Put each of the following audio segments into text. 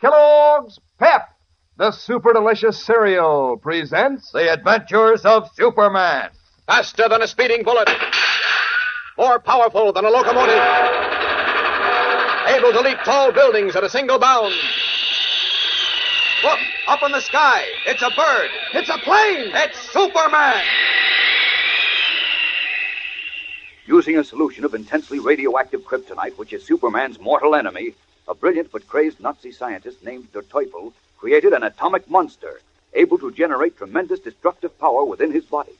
Kellogg's Pep, the super delicious cereal, presents The Adventures of Superman. Faster than a speeding bullet. More powerful than a locomotive. Able to leap tall buildings at a single bound. Look, up in the sky. It's a bird. It's a plane. It's Superman. Using a solution of intensely radioactive kryptonite, which is Superman's mortal enemy, a brilliant but crazed Nazi scientist named Der Teufel created an atomic monster able to generate tremendous destructive power within his body.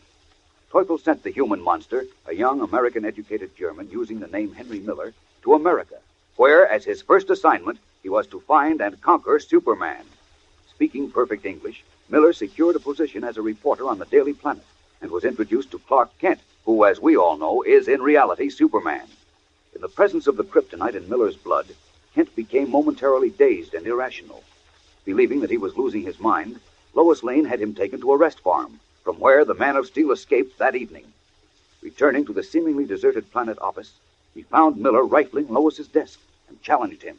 Teufel sent the human monster, a young American educated German using the name Henry Miller, to America, where, as his first assignment, he was to find and conquer Superman. Speaking perfect English, Miller secured a position as a reporter on the Daily Planet and was introduced to Clark Kent, who, as we all know, is in reality Superman. In the presence of the kryptonite in Miller's blood, Kent became momentarily dazed and irrational. Believing that he was losing his mind, Lois Lane had him taken to a rest farm, from where the Man of Steel escaped that evening. Returning to the seemingly deserted planet office, he found Miller rifling Lois's desk and challenged him.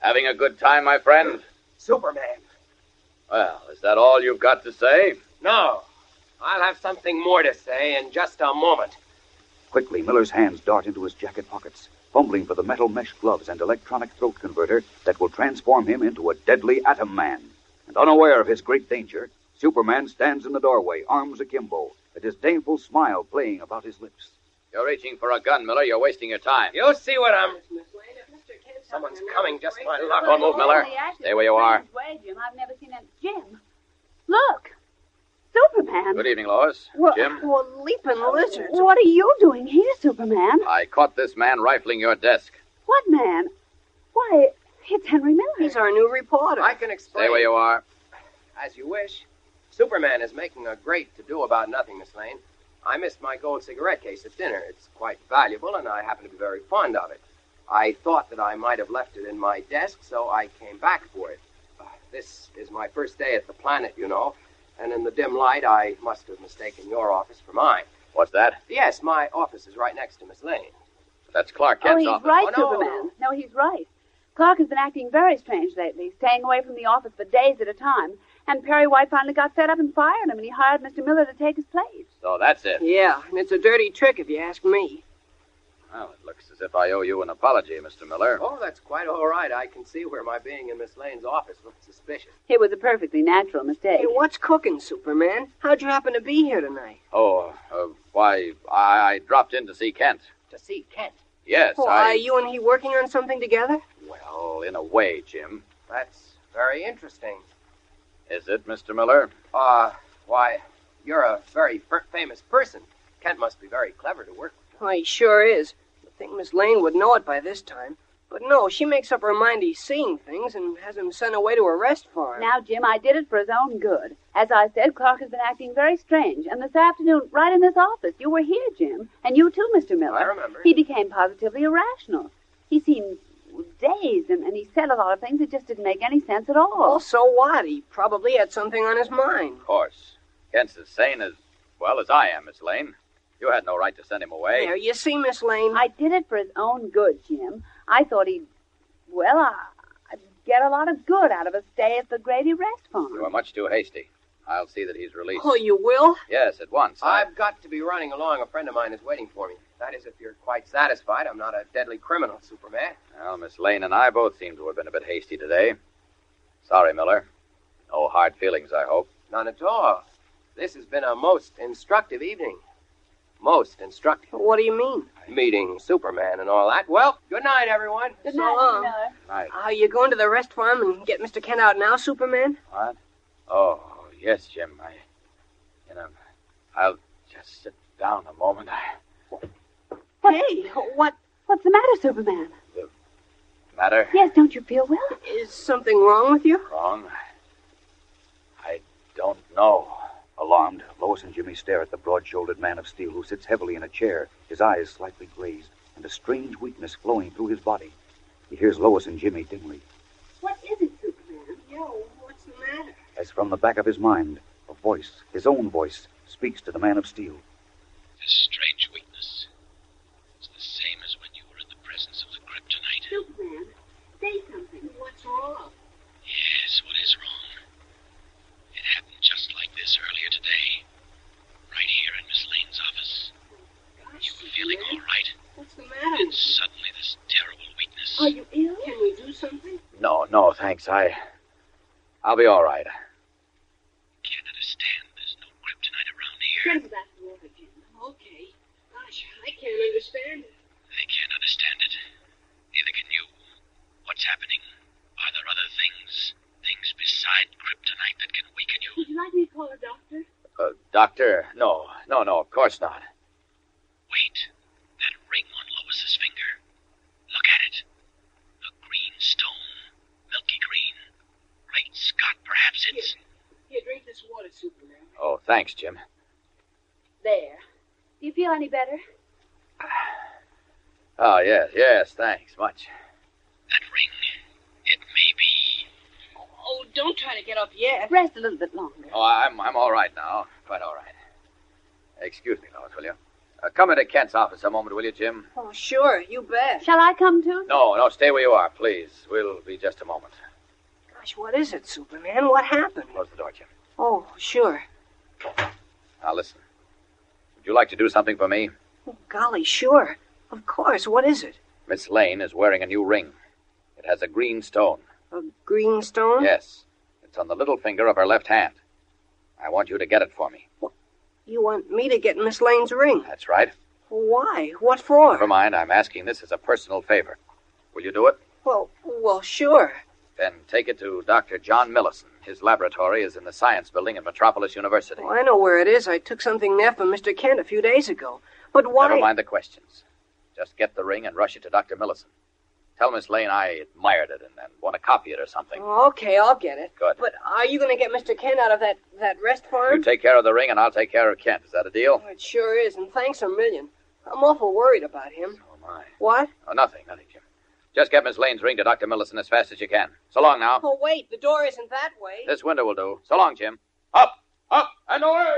Having a good time, my friend? Superman. Well, is that all you've got to say? No. I'll have something more to say in just a moment. Quickly, Miller's hands dart into his jacket pockets, fumbling for the metal mesh gloves and electronic throat converter that will transform him into a deadly atom man. And unaware of his great danger, Superman stands in the doorway, arms akimbo, a disdainful smile playing about his lips. You're reaching for a gun, Miller. You're wasting your time. You see what I'm. Someone's coming, just my luck. Don't move, Miller. Stay where you are. I've never seen that Jim. Look. Superman. Good evening, Lois. Well, Jim? well, leaping lizards. What are you doing here, Superman? I caught this man rifling your desk. What man? Why, it's Henry Miller. He's our new reporter. I can explain. Stay where you are. As you wish. Superman is making a great to do about nothing, Miss Lane. I missed my gold cigarette case at dinner. It's quite valuable, and I happen to be very fond of it. I thought that I might have left it in my desk, so I came back for it. Uh, this is my first day at the planet, you know, and in the dim light, I must have mistaken your office for mine. What's that? Yes, my office is right next to Miss Lane. That's Clark Oh, Kent's he's office. right, Oh, no. Superman. No, he's right. Clark has been acting very strange lately, staying away from the office for days at a time. And Perry White finally got fed up and fired him, and he hired Mr. Miller to take his place. So that's it. Yeah, and it's a dirty trick if you ask me. Well, it looks as if I owe you an apology, Mr. Miller. Oh, that's quite all right. I can see where my being in Miss Lane's office looked suspicious. It was a perfectly natural mistake. Hey, what's cooking, Superman? How'd you happen to be here tonight? Oh, uh, why, I, I dropped in to see Kent. To see Kent. Yes, Oh, I. are you and he working on something together? Well, in a way, Jim. That's very interesting. Is it, Mr. Miller? Uh, why, you're a very f- famous person. Kent must be very clever to work with. Why, he sure is. I think Miss Lane would know it by this time. But no, she makes up her mind he's seeing things and has him sent away to a rest farm. Now, Jim, I did it for his own good. As I said, Clark has been acting very strange. And this afternoon, right in this office, you were here, Jim. And you too, Mr. Miller. I remember. He became positively irrational. He seemed dazed, and, and he said a lot of things that just didn't make any sense at all. Well, so what? He probably had something on his mind. Of course. Kent's as sane as, well, as I am, Miss Lane. You had no right to send him away. There, you see, Miss Lane. I did it for his own good, Jim. I thought he'd, well, I, I'd get a lot of good out of a stay at the Grady Rest You are Farm. much too hasty. I'll see that he's released. Oh, you will? Yes, at once. I- I've got to be running along. A friend of mine is waiting for me. That is, if you're quite satisfied, I'm not a deadly criminal, Superman. Well, Miss Lane and I both seem to have been a bit hasty today. Sorry, Miller. No hard feelings, I hope. None at all. This has been a most instructive evening. Most instructive. What do you mean? Meeting Superman and all that. Well, good night, everyone. Good So night, long. Mr. Miller. Night. Are you going to the rest farm and get Mr. Kent out now, Superman? What? Oh, yes, Jim. I, you know, I'll just sit down a moment. I... Hey, what? What's the matter, Superman? Matter? Yes, don't you feel well? Is something wrong with you? Wrong? I don't know. Alarmed, Lois and Jimmy stare at the broad shouldered man of steel who sits heavily in a chair, his eyes slightly glazed, and a strange weakness flowing through his body. He hears Lois and Jimmy dimly. What is it, Superman? Yo, what's the matter? As from the back of his mind, a voice, his own voice, speaks to the man of steel. This strange weakness is the same as when you were in the presence of the kryptonite. Superman, say something. What's wrong? Yes, what is wrong? It happened just like this earlier today, right here in Miss Lane's office. You were feeling all right, What's the matter? and suddenly this terrible weakness. Are you ill? Can we do something? No, no, thanks. I. I'll be all right. Can't understand. There's no kryptonite around Think here. about war again. Oh, Okay. Gosh, I can't understand it. I can't understand it. Neither can you. What's happening? Are there other things, things beside kryptonite that can weaken you? Would you like me to call a doctor? Uh, doctor? No, no, no, of course not. Wait, that ring on Lois's finger. Look at it. A green stone. Milky green. Right, Scott, perhaps it's. Here, drink this water, Superman. Oh, thanks, Jim. There. Do you feel any better? Oh, yes, yes, thanks, much. That ring. It may be. Oh, don't try to get up yet. Rest a little bit longer. Oh, I'm, I'm all right now. Quite all right. Excuse me, Lois, will you? Uh, come into Kent's office a moment, will you, Jim? Oh, sure, you bet. Shall I come too? No, no, stay where you are, please. We'll be just a moment. Gosh, what is it, Superman? What happened? Close the door, Jim. Oh, sure. Now, listen. Would you like to do something for me? Oh, golly, sure. Of course, what is it? Miss Lane is wearing a new ring. It has a green stone. A green stone? Yes. It's on the little finger of her left hand. I want you to get it for me. You want me to get Miss Lane's ring? That's right. Why? What for? Never mind, I'm asking this as a personal favor. Will you do it? Well, well, sure. Then take it to Dr. John Millison. His laboratory is in the science building at Metropolis University. Well, I know where it is. I took something there from Mr. Kent a few days ago. But why? Never mind the questions. Just get the ring and rush it to Dr. Millison. Tell Miss Lane I admired it and, and want to copy it or something. Oh, okay, I'll get it. Good. But are you going to get Mr. Kent out of that, that rest farm? You take care of the ring and I'll take care of Kent. Is that a deal? Oh, it sure is, and thanks a million. I'm awful worried about him. Oh, my. What? Oh, nothing, nothing, Jim. Just get Miss Lane's ring to Dr. Millison as fast as you can. So long now. Oh, wait, the door isn't that way. This window will do. So long, Jim. Up, up, and away!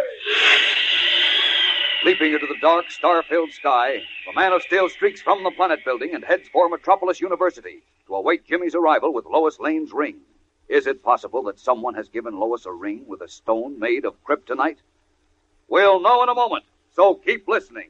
Leaping into the dark, star filled sky, the Man of Steel streaks from the planet building and heads for Metropolis University to await Jimmy's arrival with Lois Lane's ring. Is it possible that someone has given Lois a ring with a stone made of kryptonite? We'll know in a moment, so keep listening.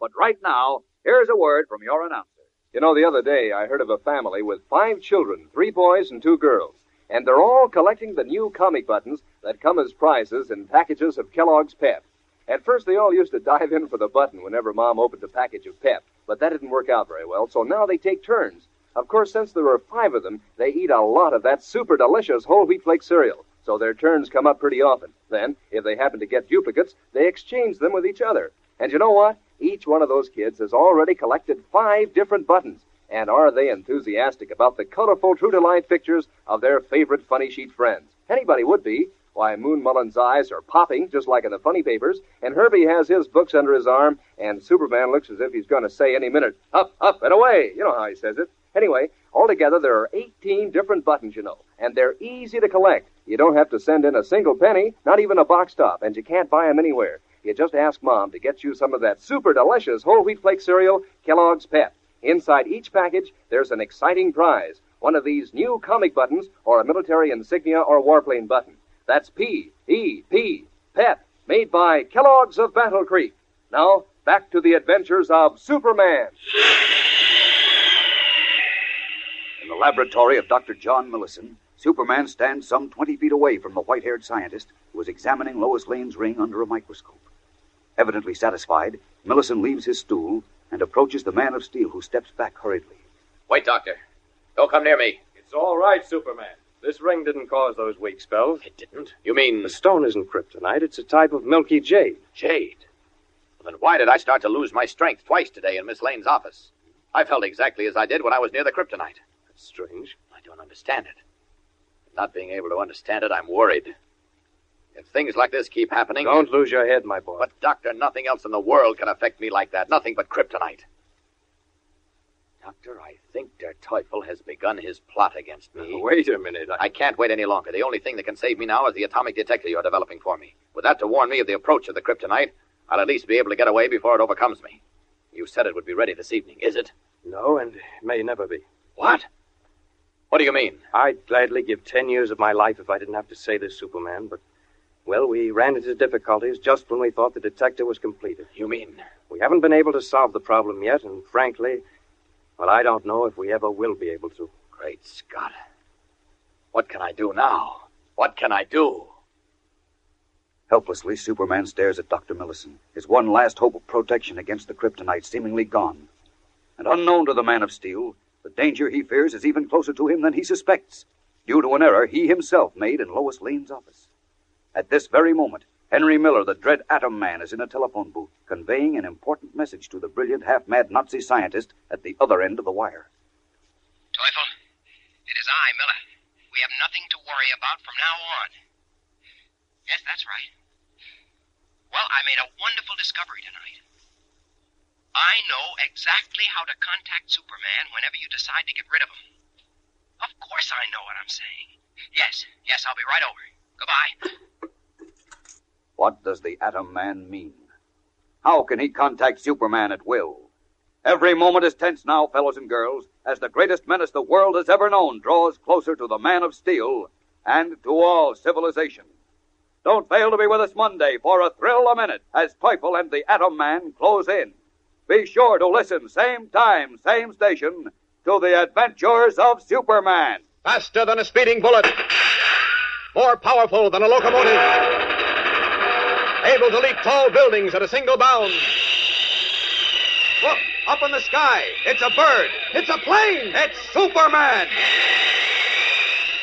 But right now, here's a word from your announcer. You know, the other day I heard of a family with five children, three boys and two girls, and they're all collecting the new comic buttons that come as prizes in packages of Kellogg's Pep. At first, they all used to dive in for the button whenever Mom opened a package of Pep, but that didn't work out very well, so now they take turns. Of course, since there are five of them, they eat a lot of that super delicious whole wheat flake cereal, so their turns come up pretty often. Then, if they happen to get duplicates, they exchange them with each other. And you know what? Each one of those kids has already collected five different buttons. And are they enthusiastic about the colorful True Delight pictures of their favorite funny sheet friends? Anybody would be. Why, Moon Mullen's eyes are popping, just like in the funny papers, and Herbie has his books under his arm, and Superman looks as if he's going to say any minute, up, up, and away. You know how he says it. Anyway, altogether, there are 18 different buttons, you know, and they're easy to collect. You don't have to send in a single penny, not even a box top, and you can't buy 'em anywhere. You just ask Mom to get you some of that super delicious whole wheat flake cereal, Kellogg's Pep. Inside each package, there's an exciting prize one of these new comic buttons, or a military insignia or warplane button. That's P E P, Pep, made by Kellogg's of Battle Creek. Now, back to the adventures of Superman. In the laboratory of Dr. John Millison, Superman stands some 20 feet away from the white haired scientist who is examining Lois Lane's ring under a microscope. Evidently satisfied, Millison leaves his stool and approaches the man of steel who steps back hurriedly. Wait, Doctor. Don't come near me. It's all right, Superman. This ring didn't cause those weak spells. It didn't. You mean. The stone isn't kryptonite, it's a type of milky jade. Jade. Then why did I start to lose my strength twice today in Miss Lane's office? I felt exactly as I did when I was near the kryptonite. That's strange. I don't understand it. Not being able to understand it, I'm worried. If things like this keep happening. Don't lose your head, my boy. But, Doctor, nothing else in the world can affect me like that. Nothing but kryptonite. Doctor, I think Der Teufel has begun his plot against me. Now, wait a minute. I... I can't wait any longer. The only thing that can save me now is the atomic detector you're developing for me. With that to warn me of the approach of the kryptonite, I'll at least be able to get away before it overcomes me. You said it would be ready this evening, is it? No, and may never be. What? What do you mean? I'd gladly give ten years of my life if I didn't have to say this, Superman, but, well, we ran into difficulties just when we thought the detector was completed. You mean? We haven't been able to solve the problem yet, and frankly, well, I don't know if we ever will be able to. Great Scott. What can I do now? What can I do? Helplessly, Superman stares at Dr. Millison, his one last hope of protection against the kryptonite seemingly gone. And unknown to the Man of Steel, the danger he fears is even closer to him than he suspects, due to an error he himself made in Lois Lane's office. At this very moment, Henry Miller, the dread atom man, is in a telephone booth, conveying an important message to the brilliant, half mad Nazi scientist at the other end of the wire. Teufel, it is I, Miller. We have nothing to worry about from now on. Yes, that's right. Well, I made a wonderful discovery tonight. I know exactly how to contact Superman whenever you decide to get rid of him. Of course I know what I'm saying. Yes, yes, I'll be right over. Goodbye. What does the Atom Man mean? How can he contact Superman at will? Every moment is tense now, fellows and girls, as the greatest menace the world has ever known draws closer to the Man of Steel and to all civilization. Don't fail to be with us Monday for a thrill a minute as Teufel and the Atom Man close in. Be sure to listen, same time, same station, to the adventures of Superman. Faster than a speeding bullet, more powerful than a locomotive, able to leap tall buildings at a single bound. Look, up in the sky, it's a bird, it's a plane, it's Superman.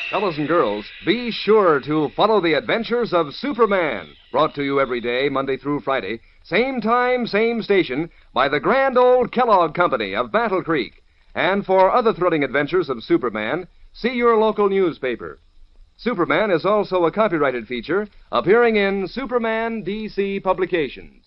Fellows and girls, be sure to follow the adventures of Superman, brought to you every day, Monday through Friday, same time, same station, by the grand old Kellogg Company of Battle Creek. And for other thrilling adventures of Superman, see your local newspaper. Superman is also a copyrighted feature appearing in Superman DC Publications.